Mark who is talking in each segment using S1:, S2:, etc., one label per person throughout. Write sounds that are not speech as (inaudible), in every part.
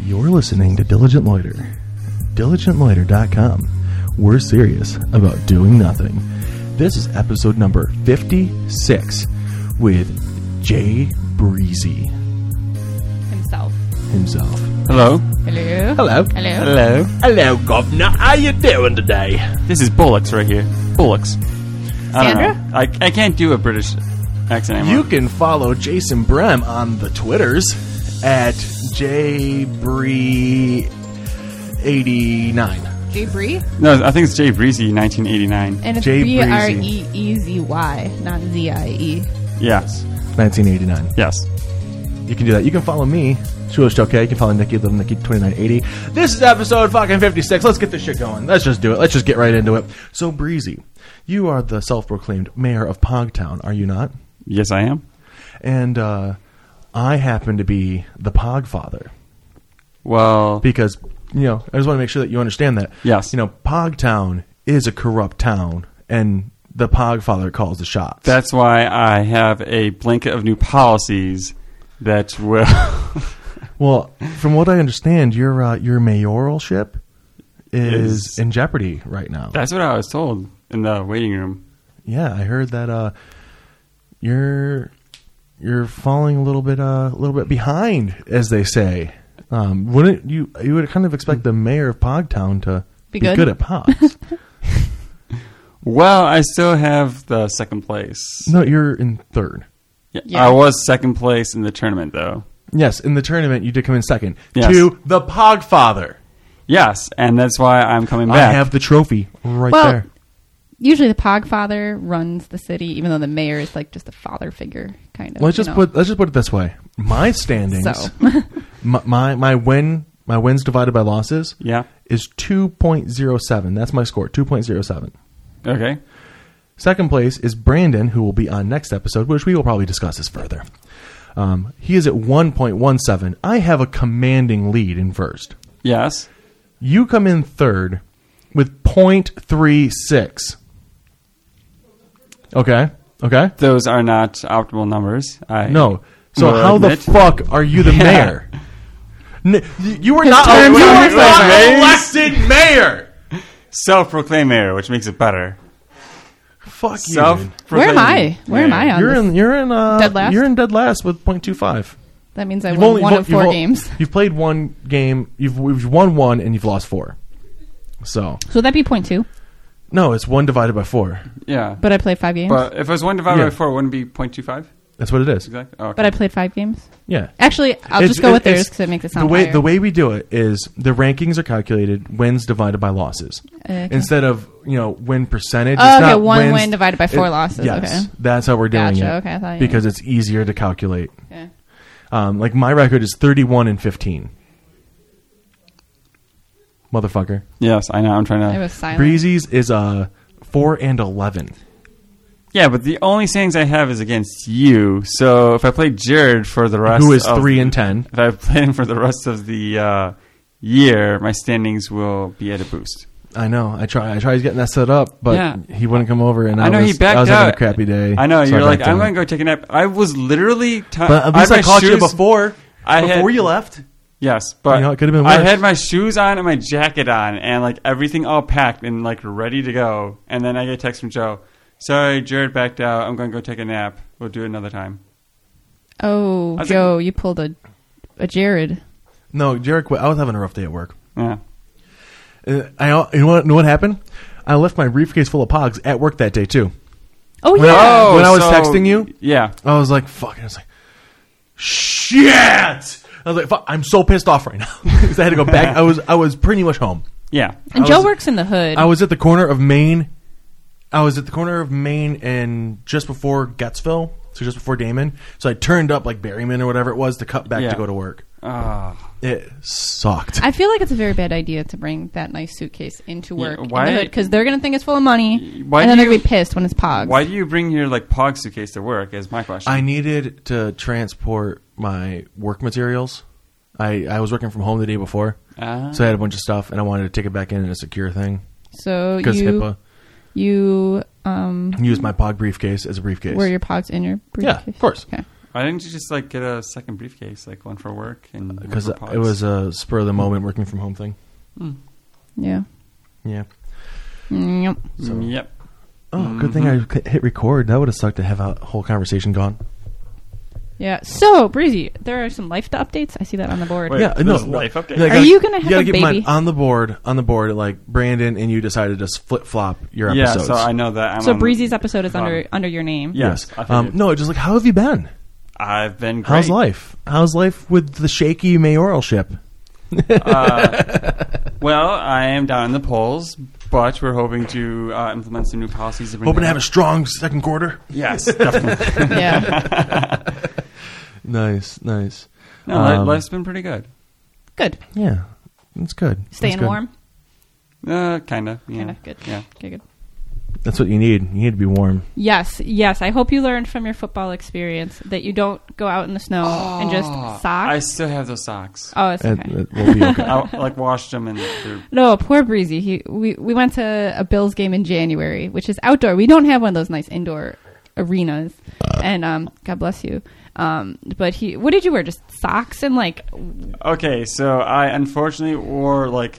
S1: You're listening to Diligent Loiter. DiligentLoiter.com. We're serious about doing nothing. This is episode number 56 with Jay Breezy
S2: himself.
S1: himself.
S3: Hello.
S2: Hello.
S1: Hello.
S2: Hello.
S3: Hello.
S1: Hello, Governor. How you doing today?
S3: This is Bullocks right here. Bullocks. I don't
S2: Sandra?
S3: know. I, I can't do a British accent anymore.
S1: You can follow Jason Brem on the Twitters at jbree89.
S2: Jay Bree.
S3: no, I think it's Jay Breezy, 1989.
S2: And it's
S1: Jay
S2: B R
S1: Breezy.
S2: E E Z Y, not Z I E.
S3: Yes.
S1: 1989.
S3: Yes.
S1: You can do that. You can follow me, Shoeless Joe K. You can follow Nikki, little Nikki 2980. This is episode fucking 56. Let's get this shit going. Let's just do it. Let's just get right into it. So, Breezy, you are the self proclaimed mayor of Pogtown, are you not?
S3: Yes, I am.
S1: And uh, I happen to be the Pogfather
S3: Well,
S1: because, you know, I just want to make sure that you understand that.
S3: Yes.
S1: You know, Pogtown is a corrupt town, and the Pogfather calls the shots.
S3: that's why I have a blanket of new policies that will. (laughs)
S1: Well, from what I understand, your uh, your mayoralship is,
S3: Is-
S1: in jeopardy right now.
S3: that's what I was told in the waiting room.
S1: yeah, I heard that uh, you're you're falling a little bit uh, a little bit behind, as they say. Um, wouldn't you? You would kind of expect the mayor of Pogtown to
S2: Be good?
S1: at
S2: (laughs)
S1: pogs.
S3: Well, I still have the second place.
S1: no, you're in third.
S3: Yeah,
S2: Yeah.
S3: I was second place in the tournament, though.
S1: Yes, in the tournament you did come in second
S3: Yes.
S1: to the Pogfather.
S3: Yes, and that's why I'm coming
S1: I
S3: back.
S1: have the trophy right
S2: Well-
S1: there.
S2: Usually the Pogfather runs the city, even though the mayor is like just a father figure, kind of.
S1: Let's
S2: you
S1: just
S2: know.
S1: put let's just put it this way. My standings,
S2: So.
S1: (laughs) my, my my win my wins divided by losses
S3: Yeah.
S1: is two point zero seven. That's my score two point zero seven.
S3: Okay.
S1: Second place is Brandon, who will be on next episode, which we will probably discuss this further. Um, he is at 1.17. I have a commanding lead in first.
S3: Yes.
S1: You come in third with 0.36. Okay. Okay.
S3: Those are not optimal numbers. I
S1: No. So
S3: will
S1: how the
S3: admit.
S1: fuck are you the
S3: Yeah.
S1: mayor? N- y- you were not,
S2: terms
S1: you
S2: are
S1: were
S2: up.
S1: not elected mayor.
S3: self-proclaimed mayor, which makes it better.
S1: Fuck you. dude.
S2: Where am
S3: Self-proclaimed
S2: I? Where am I
S3: mayor.
S2: on
S1: You're
S2: this?
S1: in. You're in. Uh,
S2: Dead last?
S1: You're in dead last with 0.25.
S2: that means I
S1: You've
S2: won
S1: only-
S2: one
S1: you've
S2: of
S1: o-
S2: 4
S1: you've o-
S2: games.
S1: (laughs) You've played one game. You've, you've won one and you've lost four. So
S2: So that'd be point two.
S1: no, it's one divided by four.
S3: Yeah, but,
S2: But I played five games.
S3: if it was one divided
S1: Yeah.
S3: by four, wouldn't it be 0.25?
S1: That's what it is.
S3: Exactly. Oh, okay.
S2: but I played five games.
S1: Yeah.
S2: Actually, I'll
S1: It's-
S2: just go
S1: it-
S2: with theirs
S1: it's-
S2: because it makes it sound
S1: the way
S2: higher.
S1: the way we do it is the rankings are calculated wins divided by losses
S2: Uh, Okay.
S1: instead of you know win percentage.
S2: Oh,
S1: it's
S2: okay,
S1: not
S2: one
S1: wins-
S2: win divided by four losses,
S1: Yes,
S2: okay.
S1: that's how we're doing
S2: Gotcha,
S1: it.
S2: okay, I thought you-
S1: because it's easier to calculate.
S2: Yeah.
S1: Um, like my record is thirty-one and fifteen. Motherfucker,
S3: yes, I know. I'm trying
S2: I
S3: to.
S2: was silent.
S1: Breezy's is uh, four and eleven.
S3: yeah, but the only sayings I have is against you. So if I play Jared for the rest,
S1: Who is
S3: of,
S1: three and ten?
S3: (laughs) If I play him for the rest of the uh, year, my standings will be at a boost.
S1: I know. I try. I tried getting that set up, but
S3: Yeah.
S1: he wouldn't come over, and I,
S3: I know
S1: was,
S3: he backed
S1: I was
S3: out.
S1: having a crappy day.
S3: I know
S1: so
S3: you're
S1: backed
S3: like I'm
S1: out.
S3: going to go take a nap. I was literally. T-
S1: But at least I,
S3: had my
S1: caught you
S3: shoes-
S1: before.
S3: I had-
S1: before you left.
S3: Yes, but
S1: You know, it could've been
S3: I
S1: worse.
S3: had my shoes on and my jacket on and like everything all packed and like ready to go. And then I get a text from Joe. Sorry, Jared backed out. I'm going to go take a nap. We'll do it another time.
S2: Oh,
S3: I was
S2: Joe, you pulled a a Jared.
S1: No, Jared quit. I was having a rough day at work.
S3: Yeah.
S1: Uh, I you know what, you know what happened? I left my briefcase full of pogs at work that day too.
S2: Oh
S1: When I-
S2: yeah.
S1: Oh, when I was texting you?
S3: Yeah.
S1: I was like, "Fuck!" I was like, "Shit!" I was like, "Fuck!" I'm so pissed off right now (laughs) 'Cause I had to go back. I was I was pretty much home.
S3: Yeah.
S2: and
S1: I
S2: Joe
S1: was-
S2: works in the hood.
S1: I was at the corner of Maine. I was at the corner of Maine and just before Gettsville, so just before Damon. So I turned up like Berryman or whatever it was to cut back
S3: Yeah.
S1: to go to work.
S3: Ah.
S1: It sucked.
S2: I feel like it's a very bad idea to bring that nice suitcase into work
S3: Yeah, why-
S2: because they're going to think it's full of money,
S3: Why
S2: and
S3: do
S2: then they're
S3: you-
S2: going to be pissed when it's pogs.
S3: why do you bring your like pog suitcase to work? Is my question.
S1: I needed to transport my work materials. I, I was working from home the day before,
S2: Uh-huh.
S3: Ah.
S1: so I had a bunch of stuff, and I wanted to take it back in in a secure thing
S2: so
S1: because
S2: you
S1: HIPAA
S2: you um
S1: used my pod briefcase as a briefcase.
S2: wear your pogs in your
S1: Yeah,
S2: briefcase?
S1: of course.
S2: Okay.
S3: Why didn't you just like get a second briefcase, like one for work and one
S1: because
S3: for
S1: Uh, it
S3: pods?
S1: was a spur of the moment working from home thing.
S2: Yeah.
S1: Yeah.
S2: Yep.
S1: so-
S3: Mm, Yep.
S1: Oh, good thing I c- hit record. That would have sucked to have a whole conversation gone.
S2: Yeah. So breezy. There are some life updates. I see that on the board.
S3: Wait,
S1: yeah,
S3: this
S1: no,
S3: is
S1: no.
S3: life update.
S1: Yeah, I
S2: Are you gonna have
S1: gotta
S2: a
S1: keep in mind,
S2: baby?
S1: on the board? On the board, like Brandon and you decided to flip flop your
S3: yeah,
S1: episodes.
S3: so I know that. I'm
S2: So
S3: on-
S2: breezy's episode is under
S3: Bottom.
S2: under your name.
S3: Um, Yeah.
S1: yes.
S3: I
S1: um,
S3: figured.
S1: no, it's just like how have you been?
S3: I've been great.
S1: How's life? How's life with the shaky mayoralship?
S3: Uh, Well, I am down in the polls, but we're hoping to uh, implement some new policies. bring
S1: Hoping to
S3: that
S1: have a
S3: up.
S1: strong second quarter. (laughs)
S3: yes,
S2: (laughs)
S3: definitely. (laughs)
S2: yeah.
S1: Nice, nice.
S3: No, li-
S1: Um,
S3: life's been pretty good.
S2: Good.
S1: Yeah, that's good. That's
S2: Staying
S1: good.
S2: warm.
S3: Uh, kind of. Yeah.
S2: Kind of good.
S3: Yeah.
S2: Okay, good.
S1: That's what you need. You need to be warm.
S2: Yes, yes. I hope you learned from your football experience that you don't go out in the snow and just
S3: Ah, I
S2: sock.
S3: still have those socks.
S2: oh, it's
S1: It-
S2: okay.
S1: it will be
S2: (laughs)
S1: okay.
S3: (laughs) I like washed them and they're
S2: No, poor Breezy. He, we we went to a Bills game in January, which is outdoor. We don't have one of those nice indoor arenas. And um, God bless you. Um, but he, what did you wear? Just socks and like,
S3: Okay, so I unfortunately wore like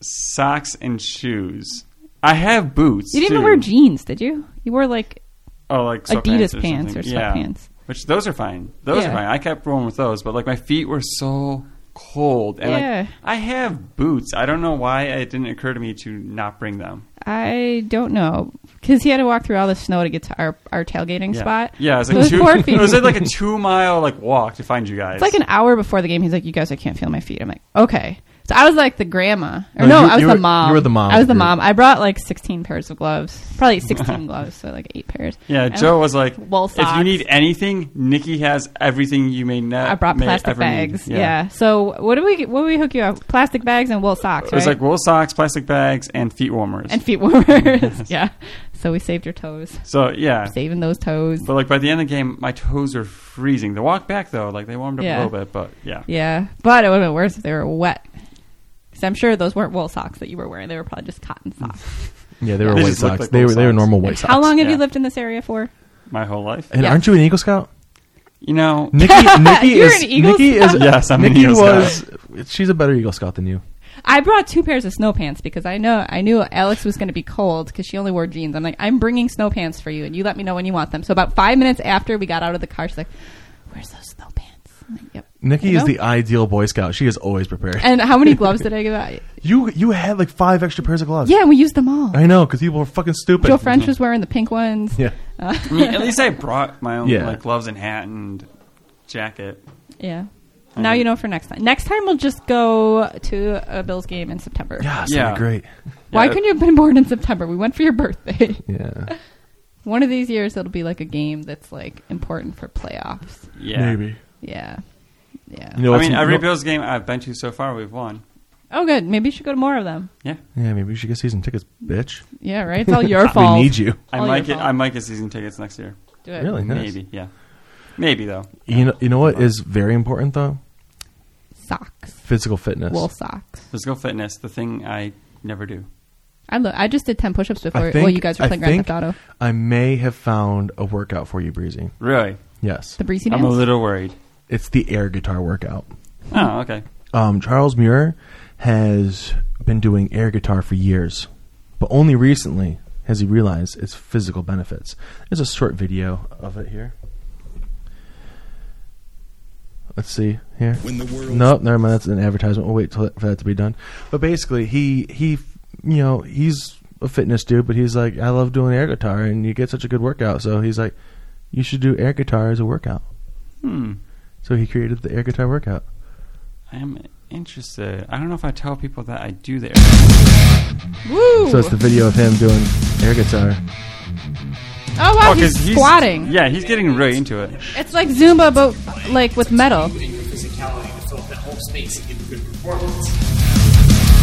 S3: socks and shoes. I have boots.
S2: you didn't
S3: too.
S2: even wear jeans, did you? You wore like
S3: Oh, like
S2: Adidas
S3: sweatpants or
S2: pants
S3: something.
S2: or
S3: yeah.
S2: sweatpants.
S3: Which those are fine. Those
S2: Yeah.
S3: are fine. I kept rolling with those, but like my feet were so cold, and like,
S2: Yeah.
S3: I have boots. I don't know why it didn't occur to me to not bring them.
S2: I don't know because he had to walk through all the snow to get to our our tailgating
S3: Yeah.
S2: spot.
S3: Yeah, it was
S2: So it
S3: like
S2: was poor
S3: two. (laughs) It was
S2: feet.
S3: like a two mile like walk to find you guys.
S2: It's like an hour before the game. He's like, "You guys, I can't feel my feet." I'm like, "Okay." So I was like the grandma,
S1: No,
S2: or no,
S1: you-
S2: I was
S1: you
S2: the
S1: were-
S2: mom.
S1: you were the mom
S2: I was the
S1: group.
S2: mom. I brought like 16 pairs of gloves, probably 16 gloves, so like eight pairs.
S3: yeah,
S2: And
S3: Joe was like,
S2: wool
S3: if
S2: socks.
S3: you need anything, Nikki has everything you may not.
S2: I brought
S3: may
S2: plastic
S3: ever need."
S2: bags. Yeah. So what do we what do we hook you up? Plastic bags and wool socks,
S3: It was
S2: right?
S3: like wool socks, plastic bags, and feet warmers.
S2: and feet warmers. (laughs) yeah. So we saved your toes.
S3: so yeah,
S2: Saving those toes.
S3: but like by the end of the game, my toes were freezing. The walk back though, like they warmed up
S2: Yeah.
S3: a little bit, but yeah,
S2: Yeah, but it would have been worse if they were wet. Because I'm sure those weren't wool socks that you were wearing. They were probably just cotton socks.
S1: Yeah, they were
S3: They
S1: white
S3: just look
S1: socks.
S3: like
S1: they were
S3: little
S1: they were
S3: socks.
S1: normal white socks.
S2: How long have you
S3: Yeah.
S2: lived in this area for?
S3: my whole life.
S1: And
S2: Yeah.
S1: aren't you an Eagle Scout? (laughs)
S3: You know,
S1: Nikki, Nikki
S2: (laughs) You're
S1: is
S2: an Eagle
S1: Nikki
S2: Scout?
S1: is
S3: Yes, I'm an
S1: Nikki
S3: Eagle
S1: was. She's a better Eagle Scout than you.
S2: I brought two pairs of snow pants because I know I knew Alex was going to be cold because she only wore jeans. I'm like, I'm bringing snow pants for you, and you let me know when you want them. So about five minutes after we got out of the car, she's like, "Where's those snow pants?" I'm like, yep.
S1: Nikki
S2: You
S1: is
S2: know?
S1: the ideal Boy Scout. She is always prepared.
S2: And how many gloves did I give out?
S1: you you had like five extra pairs of gloves.
S2: Yeah, we used them all.
S1: I know because people are fucking stupid.
S2: Joe French was wearing the pink ones. Uh,
S1: Yeah,
S3: I mean, at least I brought my own
S1: Yeah.
S3: like gloves and hat and jacket.
S2: (laughs) Yeah. Now you know for next time. Next time we'll just go to a Bills game in September.
S1: yeah, that's
S3: Yeah.
S1: great.
S2: Why
S3: Yeah.
S2: couldn't you have been born in September? We went for your birthday. (laughs)
S1: Yeah,
S2: One of these years, it'll be like a game that's like important for playoffs.
S3: Yeah,
S1: maybe.
S2: Yeah, yeah.
S1: You know,
S3: I
S1: what's-
S3: mean,
S1: you
S3: every
S1: know-
S3: Bills game I've been to so far, we've won.
S2: Oh, good. Maybe you should go to more of them.
S3: Yeah,
S1: Yeah, maybe we should get season tickets, bitch.
S2: Yeah, right. It's all your
S1: (laughs)
S2: fault.
S1: We need you.
S3: I
S2: All your
S3: might get
S2: fault.
S3: I might get season tickets next year.
S2: Do it.
S1: Really nice.
S3: Maybe, yeah, maybe though.
S1: You know, you know what is very important though?
S2: Socks,
S1: Physical fitness.
S2: wool socks.
S3: Physical fitness, the thing I never do.
S2: I lo- I just did ten push-ups before.
S1: I think,
S2: well, you guys were
S1: I
S2: playing Grand
S1: think
S2: Theft Auto.
S1: I may have found a workout for you, Breezy.
S3: Really,
S1: Yes,
S2: The breezy
S3: I'm
S2: dance.
S3: a little worried.
S1: it's the air guitar workout.
S3: Oh, okay.
S1: um, Charles Muir has been doing air guitar for years, but only recently has he realized its physical benefits. There's a short video of it here. Let's see here.
S4: When the world-
S1: nope, never mind. That's an advertisement. We'll wait till for that to be done. But basically, he he, you know, he's a fitness dude, but he's like, I love doing air guitar, and you get such a good workout. So he's like, you should do air guitar as a workout.
S3: Hmm.
S1: So he created the air guitar workout.
S3: I am interested. I don't know if I tell people that I do there.
S2: Oh, Woo!
S1: So it's the video of him doing air guitar.
S2: oh wow, he's,
S3: 'cause he's-
S2: squatting.
S3: Yeah, he's getting really into it.
S2: It's like Zumba, but like with metal.
S5: and your physicality to fill up that whole space and give a good performance.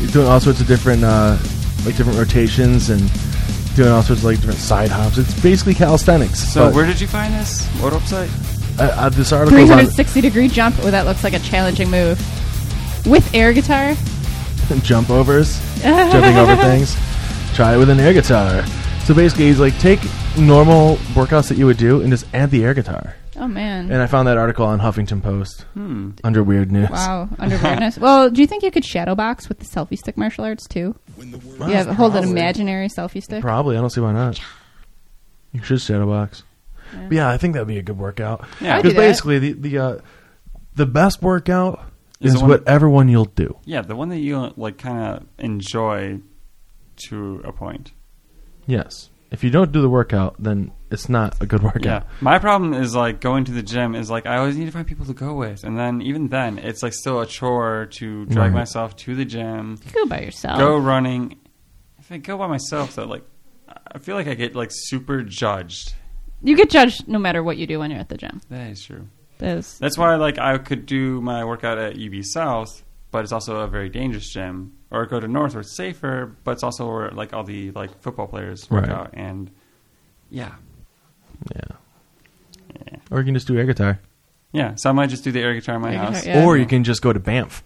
S1: You're doing all sorts of different, uh, like different rotations and doing all sorts of like different side hops. It's basically calisthenics.
S3: So,
S1: but,
S3: where did you find this? What website?
S1: uh, uh, this article's on
S2: 360 degree jump. Oh, that looks like a challenging move. With air guitar?
S1: (laughs)
S2: (laughs)
S1: jump overs, jumping over things. Try it with an air guitar. So basically, he's like, take normal workouts that you would do and just add the air guitar.
S2: Oh man.
S1: And I found that article on Huffington Post
S3: Hmm.
S1: under weird news.
S2: Wow, under
S1: (laughs)
S2: weirdness. well, do you think you could shadow box with the selfie stick martial arts too?
S1: Wow,
S2: yeah, hold an
S1: probably.
S2: imaginary selfie stick.
S1: Probably. I don't see why not. You should shadow box. But
S2: Yeah.
S1: Yeah, I think that'd be a good workout.
S3: Yeah.
S2: I
S1: Because
S2: do that.
S1: basically, the the uh, the best workout is,
S3: Is the one-
S1: whatever one you'll do.
S3: Yeah, the one that you like kind of enjoy to a point.
S1: Yes. If you don't do the workout, then it's not a good workout.
S3: Yeah. My problem is like going to the gym is like I always need to find people to go with, and then even then it's like still a chore to drag
S1: Right.
S3: myself to the gym,
S2: You could Go by yourself.
S3: go running. If I go by myself, though, like I feel like I get like super judged.
S2: You get judged no matter what you do when you're at the gym.
S3: That is true.
S2: That is
S3: That's why like I could do my workout at UB South, but it's also a very dangerous gym. Or go to North where it's safer, but it's also where like all the like football players work
S1: Right.
S3: out and yeah.
S1: Yeah.
S3: Yeah.
S1: Or you can just do air guitar.
S3: Yeah. So I might just do the air guitar in my
S2: Air guitar,
S3: house.
S2: yeah.
S1: Or you can just go to Banff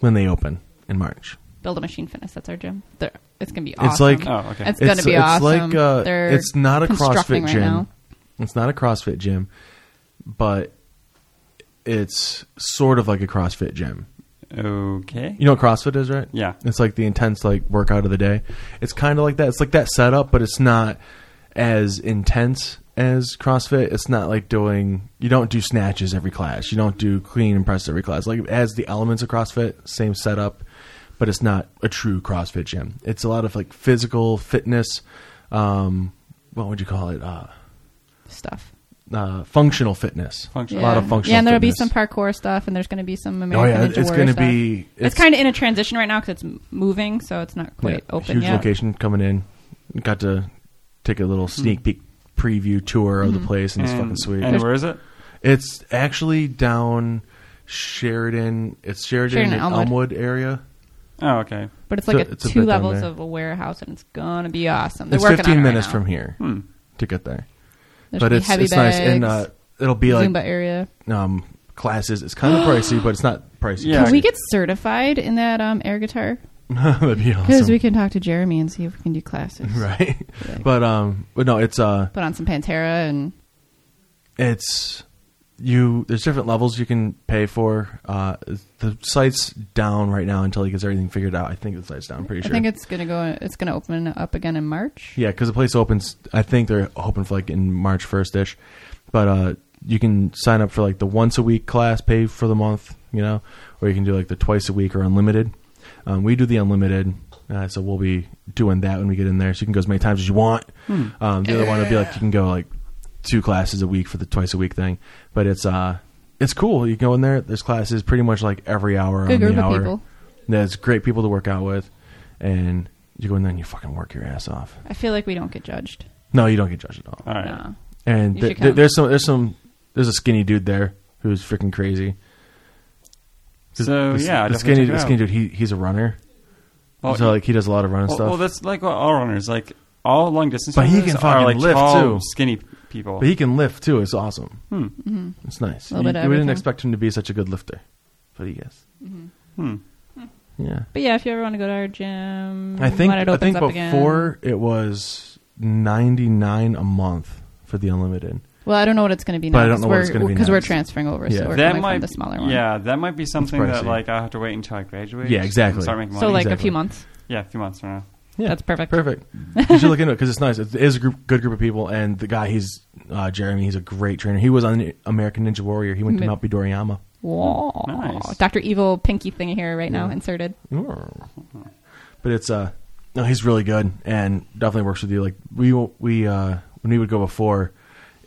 S1: when they open in March.
S2: build a machine fitness. That's our gym. They're, it's gonna be awesome.
S1: like-
S3: Oh, okay.
S2: it's, gonna be
S1: it's
S2: awesome.
S1: like uh,
S2: They're
S1: it's not a CrossFit
S2: constructing right
S1: gym.
S2: now.
S1: It's not a CrossFit gym, but it's sort of like a CrossFit gym.
S3: Okay.
S1: You know what CrossFit is, right?
S3: Yeah.
S1: It's like the intense like workout of the day. It's kind of like that. It's like that setup, but it's not as intense as CrossFit. It's not like doing you don't do snatches every class. You don't do clean and press every class. Like it has the elements of CrossFit, same setup, but it's not a true CrossFit gym. It's a lot of like physical fitness. Um, what would you call it? Uh,
S2: Stuff.
S1: uh, functional fitness.
S3: Functional.
S1: A lot of
S2: Yeah.
S1: functional.
S2: Yeah, and there'll be
S1: fitness.
S2: some parkour stuff, and there's gonna be some
S1: Oh
S2: American
S1: yeah,
S2: Ninja
S1: it's
S2: Warrior
S1: going to
S2: stuff.
S1: be.
S2: It's, kind of in a transition right now because it's m- moving, so it's not quite
S1: Yeah,
S2: open
S1: Huge
S2: yet.
S1: location coming in. Got to take a little sneak peek preview tour of
S2: Hmm.
S1: the place, and it's fucking sweet.
S3: Hmm. And where is it?
S1: it's actually down Sheridan. It's Sheridan,
S2: Sheridan,
S1: and
S2: Elmwood.
S1: Elmwood area.
S3: Oh, okay.
S2: But it's like
S1: It's a-
S2: a,
S1: it's a
S2: two
S1: bit down
S2: levels
S1: there.
S2: of a warehouse, and it's gonna be awesome. They're
S1: it's
S2: working
S1: 15
S2: on it right
S1: minutes
S2: now.
S1: from here
S3: Hmm.
S1: to get there, but
S2: There's gonna be
S1: it's
S2: heavy
S1: it's
S2: bags,
S1: nice, and uh, it'll be
S2: Zumba
S1: like
S2: area.
S1: um, classes. It's
S2: (gasps)
S1: kind of pricey, but it's not pricey.
S3: Yeah.
S2: Can we get certified in that um, air guitar?
S1: (laughs) that'd be
S2: Because
S1: awesome,
S2: we can talk to Jeremy and see if we can do
S1: (laughs)
S2: classes.
S1: right? But um, but no, it's uh,
S2: Put on some Pantera and
S1: it's you there's different levels you can pay for uh the site's down right now until he gets everything figured out i think the site's down I'm pretty sure
S2: I think it's gonna go. It's gonna open up again in March.
S1: yeah because the place opens i think they're hoping for like in march 1st ish but uh you can sign up for like the once a week class pay for the month you know or you can do like the twice a week or unlimited um, we do the unlimited uh, so we'll be doing that when we get in there so you can go as many times as you want
S2: Hmm.
S1: um, the other one would be like you can go like two classes a week for the twice a week thing but it's uh it's cool you go in there there's classes pretty much like every hour
S2: Good
S1: on
S2: group
S1: the
S2: of
S1: hour
S2: people.
S1: there's great people to work out with and you go in there and you fucking work your ass off
S2: I feel like we don't get judged.
S1: no, you don't get judged at all.
S3: All right.
S2: No.
S1: And
S2: You
S1: th-
S2: should
S1: th-
S2: come.
S1: there's some, there's some, there's a skinny dude there who's freaking crazy.
S3: So
S1: The- the-
S3: yeah,
S1: the
S3: definitely
S1: skinny,
S3: check it
S1: the
S3: out.
S1: skinny dude, he he's a runner.
S3: Well,
S1: so like he does a lot of running
S3: well,
S1: stuff.
S3: well, that's like what all runners like all long distance.
S1: But he
S3: runners
S1: can fucking
S3: are, like,
S1: lift,
S3: tall,
S1: too.
S3: Skinny people.
S1: but he can lift too. It's awesome.
S3: Hmm.
S1: It's nice. You-
S2: Mm-hmm. Little bit of
S1: we didn't
S2: everything.
S1: expect him to be such a good lifter, but he is.
S3: Hmm.
S1: Yeah.
S2: But yeah, if you ever want to go to our gym,
S1: I think
S2: when it
S1: I
S2: opens
S1: think
S2: up again.
S1: before it was ninety nine a month for the unlimited.
S2: Well, I don't know what it's going to be.
S1: But
S2: now,
S1: I don't know what it's gonna be
S2: because we're
S1: next.
S2: transferring over,
S1: Yeah.
S2: so we're
S3: That
S2: coming
S3: might
S2: from the smaller one.
S3: Yeah, that might be something that
S1: pricey.
S3: like I have to wait until I graduate.
S1: Yeah, exactly.
S3: and Start making money.
S2: So like a
S1: Exactly.
S2: few months.
S3: yeah, a few months from now.
S1: Yeah,
S2: That's perfect. (laughs)
S1: Perfect. you should look into it because it's nice. It is a group, good group of people, and the guy, he's uh, Jeremy. He's a great trainer. He was on American Ninja Warrior. He went to
S2: Mi-
S1: Mount Midoriyama.
S2: Wow.
S3: Nice.
S2: Doctor Evil pinky thing here right now
S1: Yeah.
S2: inserted.
S1: But it's uh, no, he's really good and definitely works with you. Like we we uh, when we would go before,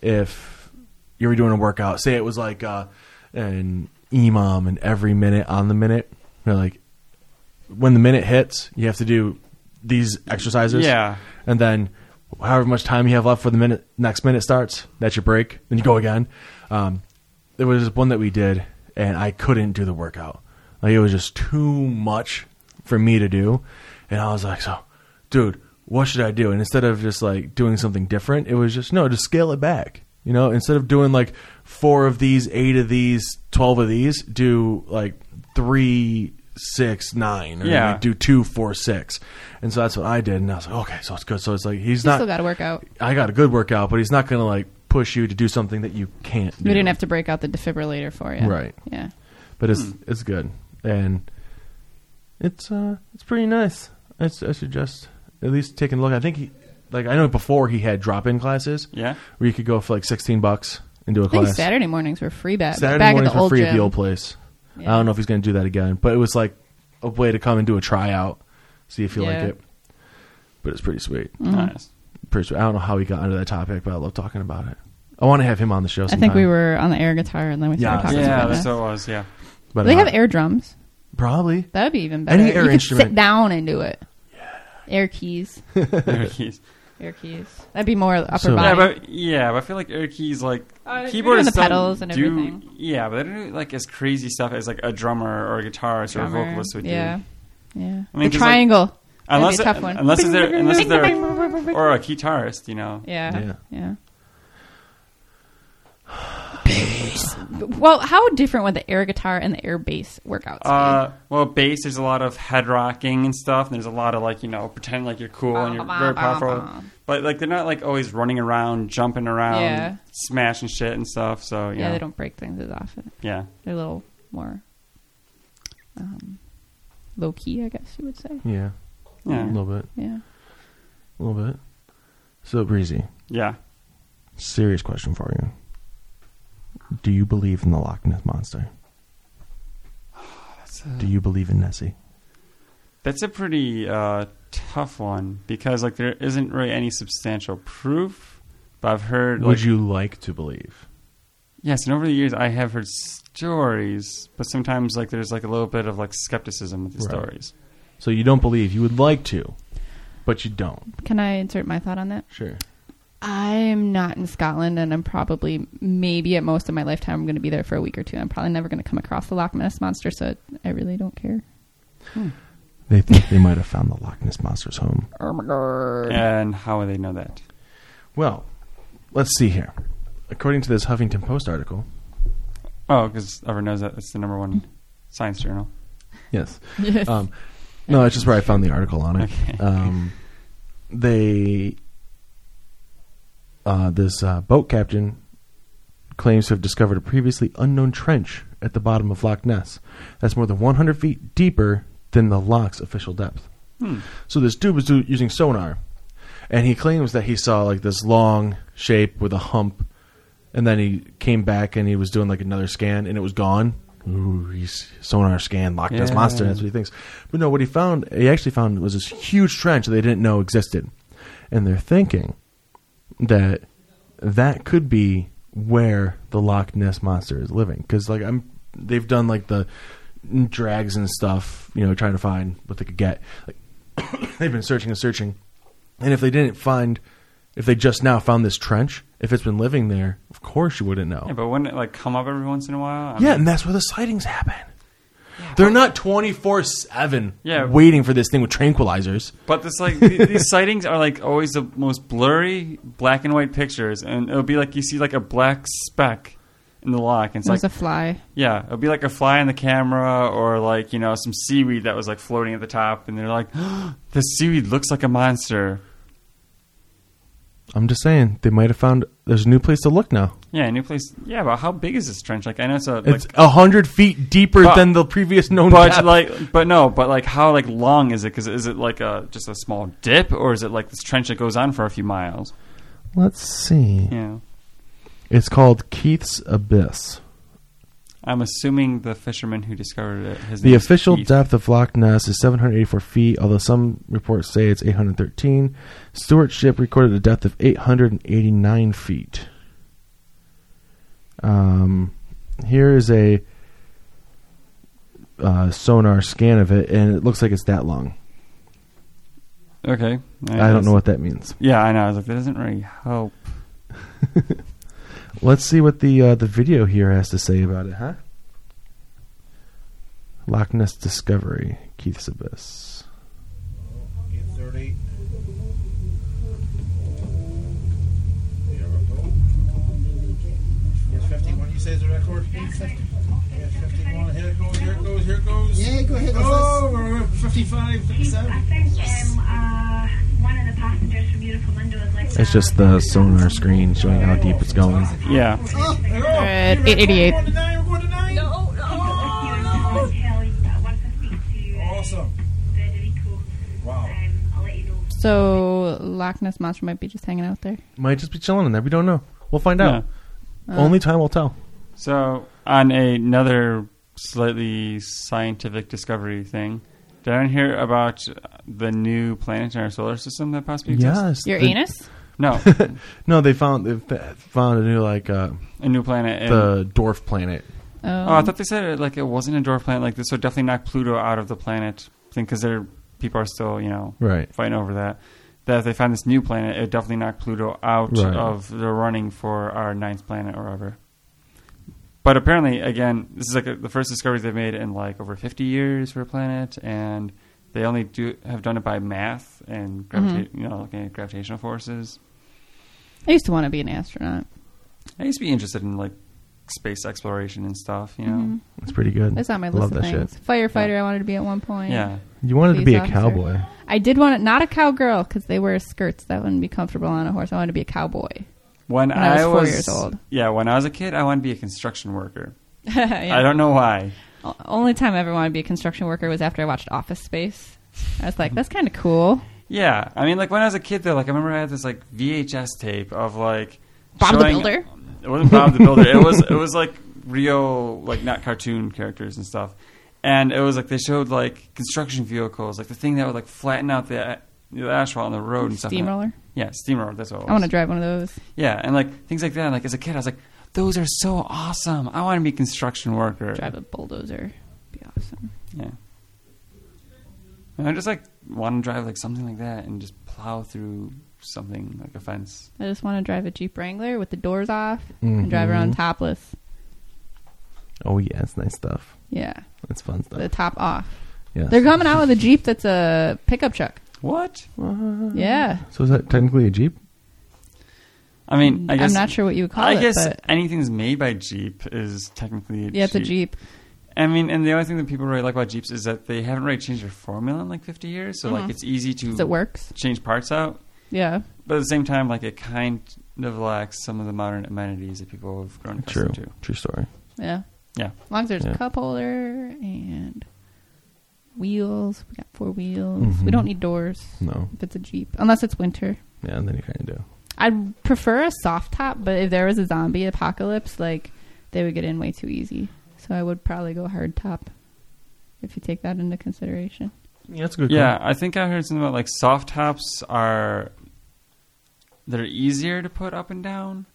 S1: if you were doing a workout, say it was like uh, an imam and every minute on the minute, you're like when the minute hits, you have to do these exercises.
S3: Yeah.
S1: and then however much time you have left for the minute next minute starts, that's your break. Then you go again. Um, there was one that we did, and I couldn't do the workout. Like it was just too much for me to do, and I was like, "So, dude, what should I do?" And instead of just like doing something different, it was just no, just scale it back. You know, instead of doing like four of these, eight of these, twelve of these, do like three six nine, or
S3: Yeah.
S1: like do two four six, and so that's what I did. And I was like, okay, so it's good. So it's like he's
S2: You
S1: not.
S2: still got to work out.
S1: I got a good workout, but he's not going to like push you to do something that you can't. do.
S2: We didn't have Hmm. to break out the defibrillator for you.
S1: Right.
S2: Yeah.
S1: but it's it's good and it's uh it's pretty nice. I, s- I suggest at least taking a look. I think he like I know before he had drop in classes.
S3: Yeah.
S1: where you could go for like sixteen bucks and do a
S2: I think
S1: class.
S2: Saturday mornings were free back,
S1: Saturday
S2: back
S1: mornings
S2: at the
S1: were
S2: old
S1: free
S2: gym.
S1: at the old place.
S2: Yeah.
S1: I don't know if he's going to do that again, but it was like a way to come and do a tryout, see if you
S2: Yeah.
S1: like it. But it's pretty sweet.
S2: Mm-hmm.
S3: Nice.
S1: Pretty sweet. I don't know how we got onto that topic, but I love talking about it. I want to have him on the show.
S2: I
S1: Sometime.
S2: think we were on the air guitar and then we started
S1: Yeah.
S2: talking
S3: Yeah,
S2: about
S3: that's
S2: that.
S3: what it
S2: (laughs)
S3: was. Yeah.
S1: But,
S2: they
S1: uh,
S2: have air drums.
S1: probably.
S2: That would be even better.
S1: Any air
S2: you could
S1: instrument.
S2: sit down and do it. Air keys.
S3: Air keys.
S2: Air keys. That'd be more upper
S1: So-
S2: body.
S3: Yeah, but yeah, but I feel like air keys like
S2: Uh, if you're doing
S3: keyboards
S2: the
S3: don't
S2: pedals and
S3: do,
S2: everything.
S3: Yeah, but they don't do like as crazy stuff as like a drummer or a guitarist or a
S2: Drummer.
S3: vocalist would
S2: yeah.
S3: do.
S2: Yeah.
S3: I mean, 'cause,
S2: the
S3: like,
S2: triangle. That'd
S3: Unless
S2: be a
S3: it-
S2: tough one.
S3: unless is there unless
S2: (laughs)
S3: is there or a guitarist, you know.
S2: Yeah.
S1: Yeah.
S2: Yeah. Bass. Well, how different would the air guitar and the air bass workouts be?
S3: Uh, well, bass. There's a lot of head rocking and stuff. And there's a lot of like you know pretending like you're cool and you're very powerful, but like they're not like always running around, jumping around,
S2: Yeah.
S3: smashing shit and stuff. So
S2: Yeah,
S3: yeah,
S2: they don't break things as often.
S3: Yeah,
S2: They're a little more um, low key, I guess you would say.
S1: Yeah, a
S3: yeah,
S1: little bit,
S2: Yeah.
S1: a little bit. So breezy.
S3: yeah.
S1: Serious question for you. Do you believe in the Loch Ness monster? Do you believe in Nessie?
S3: That's a pretty uh, tough one because like there isn't really any substantial proof. But I've heard.
S1: Would
S3: like-
S1: you like to believe?
S3: Yes, and over the years I have heard stories, but sometimes like there's like a little bit of like skepticism with the
S1: Right.
S3: stories.
S1: So you don't believe. You would like to, but you don't.
S2: Can I insert my thought on that?
S1: Sure.
S2: I'm not in Scotland, and I'm probably, maybe at most of my lifetime, I'm going to be there for a week or two. I'm probably never going to come across the Loch Ness monster, so I really don't care.
S1: They think they might have found the Loch Ness monster's home.
S3: And how would they know that?
S1: Well, let's see here. According to this Huffington Post article,
S3: Oh, because everyone knows that it's the number one science journal.
S1: yes, Um, no, that's just where I found the article on it.
S3: Okay.
S1: Um, they, uh, this uh, boat captain claims to have discovered a previously unknown trench at the bottom of Loch Ness that's more than 100 feet deeper than the Loch's official depth. So this dude was do- using sonar, and he claims that he saw like this long shape with a hump, and then he came back and he was doing like another scan and it was gone. Ooh, he's sonar scan Loch Ness
S3: Yeah.
S1: monster. That's what he thinks. But no, what he found, he actually found was this huge trench that they didn't know existed, and they're thinking that that could be where the Loch Ness monster is living because like I'm they've done like the drags and stuff you know trying to find what they could get like, (coughs) they've been searching and searching and if they didn't find if they just now found this trench if it's been living there of course you wouldn't know
S3: Yeah, but wouldn't it like come up every once in a while?
S1: yeah,
S3: I mean,
S1: and that's where the sightings happen. They're not 24 7
S3: Yeah.
S1: waiting for this thing with tranquilizers.
S3: But this like th- these sightings are like always the most blurry black and white pictures, and it'll be like you see like a black speck in the lock, and it's
S2: it was
S3: like
S2: a fly.
S3: Yeah, it'll be like a fly on the camera, or like you know some seaweed that was like floating at the top, and they're like, (gasps) "The seaweed looks like a monster."
S1: I'm just saying, they might have found there's a new place to look now.
S3: Yeah, a new place. Yeah, but how big is this trench? Like, I know it's a
S1: It's
S3: like,
S1: a 100 feet deeper
S3: But-
S1: than the previous known
S3: but
S1: depth.
S3: like, but no, but like, how like long is it? Because is it like a just a small dip, or is it like this trench that goes on for a few miles?
S1: Let's see.
S3: Yeah,
S1: It's called Keith's Abyss.
S3: I'm assuming the fisherman who discovered it. His
S1: The
S3: name is
S1: official
S3: Keith.
S1: depth of Loch Ness is 784 feet, although some reports say it's 813. Stewart's ship recorded a depth of 889 feet. Um, here is a uh, sonar scan of it, and it looks like it's that long.
S3: Okay,
S1: I don't know what that means.
S3: Yeah, I know. I was like, that doesn't really help.
S1: Let's see what the uh, the video here has to say about it, huh? Loch Ness discovery, Keith's abyss.
S4: 8:30. There we go. Here's 51. You say is the record? Here's 51. Here it goes. Oh, Here it goes. Here it goes.
S6: Yeah, go ahead. That's
S4: 55
S6: I think um, uh, one of the passengers from Beautiful Window is like.
S1: It's just the sonar screen showing how deep it's going.
S3: Yeah.
S4: Oh, there
S2: Alright,
S4: You're going
S2: 888.
S4: to nine, You're going to nine?
S6: Oh, no. Once I speak to uh,
S4: Awesome.
S6: Federico,
S4: Wow.
S6: um, I'll let you know.
S2: So Loch Ness monster might be just hanging out there.
S1: Might just be chilling in there. We don't know. We'll find out.
S2: Uh.
S1: Only time will tell.
S3: So, on another slightly scientific discovery thing, did anyone hear about the new planet in our solar system that possibly exists?
S1: Yes.
S2: Your
S1: the-
S2: anus?
S1: (laughs)
S3: No,
S1: No, they found they fa- found a new like uh,
S3: a new planet. and-
S1: the dwarf planet.
S3: oh,
S1: Um,
S3: I thought they said it, like it wasn't a dwarf planet like this, so definitely knock Pluto out of the planet thing because there people are still you know
S1: Right.
S3: fighting over that. That if they find this new planet, it definitely knocked Pluto out
S1: Right.
S3: of the running for our ninth planet or whatever. But apparently, again, this is like a, the first discoveries they've made in like over 50 years for a planet, and they only do have done it by math and
S1: Mm-hmm.
S3: gravita- you know looking at gravitational forces.
S2: I used to want to be an astronaut.
S3: I used to be interested in like space exploration and stuff, you know.
S1: It's pretty good.
S2: That's on my
S1: I
S2: list
S1: love
S2: of
S1: that
S2: things.
S1: shit.
S2: Firefighter, I wanted to be at one point.
S3: Yeah,
S1: You wanted to
S2: Police
S1: be a
S2: officer.
S1: cowboy.
S2: I did want to, not a cowgirl because they wear skirts that wouldn't be comfortable on a horse. I wanted to be a cowboy. (laughs)
S3: when,
S2: I was four years old.
S3: yeah, when I was a kid, I wanted to be a construction worker.
S2: Yeah.
S3: I don't know why.
S2: O- Only time I ever wanted to be a construction worker was after I watched Office Space. I was like, that's kind of cool.
S3: Uh-huh. Yeah, I mean, like when I was a kid, though, like I remember I had this like VHS tape of like
S2: Bob the
S3: showing-
S2: Builder?
S3: It wasn't Bob the Builder. It was it was like real, like not cartoon characters and stuff. And it was like they showed like construction vehicles, like the thing that would like flatten out the, a- the asphalt on the road and stuff.
S2: Steamroller?
S3: Yeah, steamroller. That's what. It was.
S2: I want to drive one of those.
S3: Yeah, and like things like that. Like as a kid, I was like, those are so awesome. I want to be a construction worker.
S2: Drive a bulldozer. Be awesome.
S3: Yeah. And I just like want to drive like something like that and just plow through something like a fence.
S2: I just want to drive a Jeep Wrangler with the doors off and
S3: Mm-hmm.
S2: drive around topless.
S1: Oh yeah, it's nice stuff.
S2: Yeah,
S1: It's fun stuff.
S2: the top off.
S1: Yes.
S2: They're coming out with a Jeep that's a pickup truck.
S3: What? Mm-hmm.
S2: Yeah.
S1: So is that technically a jeep?
S3: I mean, I guess
S2: I'm not sure what you would call
S3: I
S2: it,
S3: guess
S2: but
S3: anything that's made by Jeep is technically a
S2: yeah, it's a Jeep.
S3: I mean, and the only thing that people really like about Jeeps is that they haven't really changed their formula in like 50 years, so like it's easy to
S2: 'Cause Uh-huh. it works.
S3: change parts out.
S2: Yeah.
S3: But at the same time, like it kind of lacks some of the modern amenities that people have grown
S1: True.
S3: accustomed to.
S1: True story.
S2: Yeah.
S3: Yeah.
S2: As long as there's
S1: Yeah.
S2: a cup holder and wheels. We got four wheels.
S3: Mm-hmm.
S2: We don't need doors
S1: No.
S2: if it's a Jeep. Unless it's winter.
S1: Yeah, and then you kind of do.
S2: I'd prefer a soft top, but if there was a zombie apocalypse, like they would get in way too easy. So I would probably go hard top if you take that into consideration.
S1: Yeah, that's a good.
S3: Yeah, I think I heard something about like soft tops are they're easier to put up and down,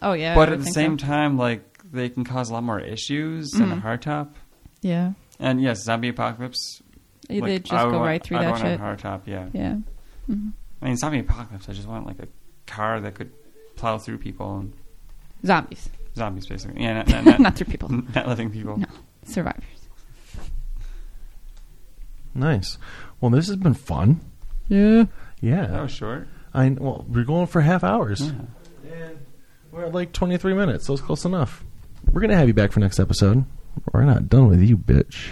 S2: Oh yeah.
S3: but at the same time, like they can cause a lot more issues than a
S2: Mm.
S3: hard top.
S2: Yeah.
S3: And yes, zombie apocalypse.
S2: They
S3: like,
S2: just
S3: I
S2: go
S3: want-
S2: right through
S3: I
S2: that
S3: want a
S2: shit.
S3: hard top, yeah.
S2: Yeah.
S3: I mean, zombie apocalypse. I just want like a car that could plow through people and
S2: Zombies.
S3: zombies, basically. Yeah, not,
S2: (laughs)
S3: not,
S2: Not,
S3: not,
S2: through people.
S3: not living people.
S2: No.
S3: Mm-hmm.
S2: Survivors.
S1: Nice. Well, this has been fun.
S2: Yeah.
S1: Yeah.
S3: That was short.
S1: I well, we're going for half hours.
S3: Yeah.
S1: And we're at like 23 minutes, so it's close enough. We're going to have you back for next episode. We're not done with you, bitch.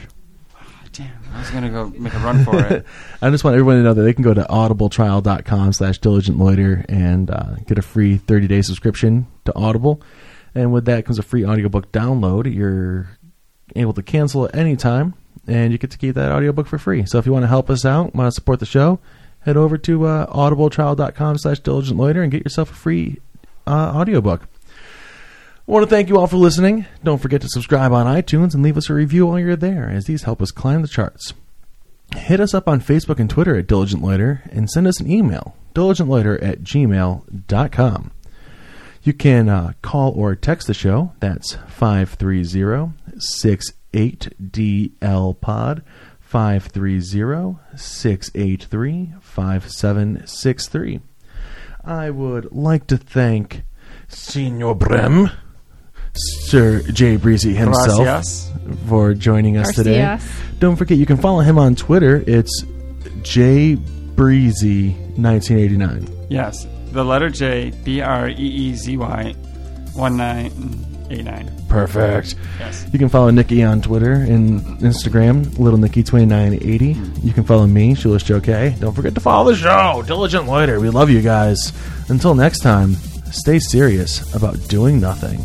S3: Damn, I was gonna go make a run for
S2: (laughs)
S3: it.
S1: I just want everyone to know that they can go to audibletrial.com slash diligent loiter and uh, get a free 30-day subscription to Audible. And with that comes a free audiobook download. You're able to cancel at any time, and you get to keep that audiobook for free. So if you want to help us out, want to support the show, head over to uh, audibletrial.com slash diligent loiter and get yourself a free uh, audiobook. I want to thank you all for listening. Don't forget to subscribe on iTunes and leave us a review while you're there, as these help us climb the charts. Hit us up on Facebook and Twitter at Diligent Loiter and send us an email, diligentloiter at gmail.com. You can uh, call or text the show. That's 530-68DL-POD, 530-683-5763. I would like to thank Senor Brem, Sir Jay Breezy himself,
S3: Gracias.
S1: for joining us today.
S2: Gracias.
S1: Don't forget, you can follow him on Twitter. It's jbreezy1989.
S3: Yes, the letter J B R E E Z Y one nine 89.
S1: Perfect.
S3: Yes.
S1: You can follow Nikki on Twitter and Instagram, Little Nikki2980. You can follow me, Shoeless Joe K. Don't forget to follow the show, Diligent Loiter. We love you guys. Until next time, stay serious about doing nothing.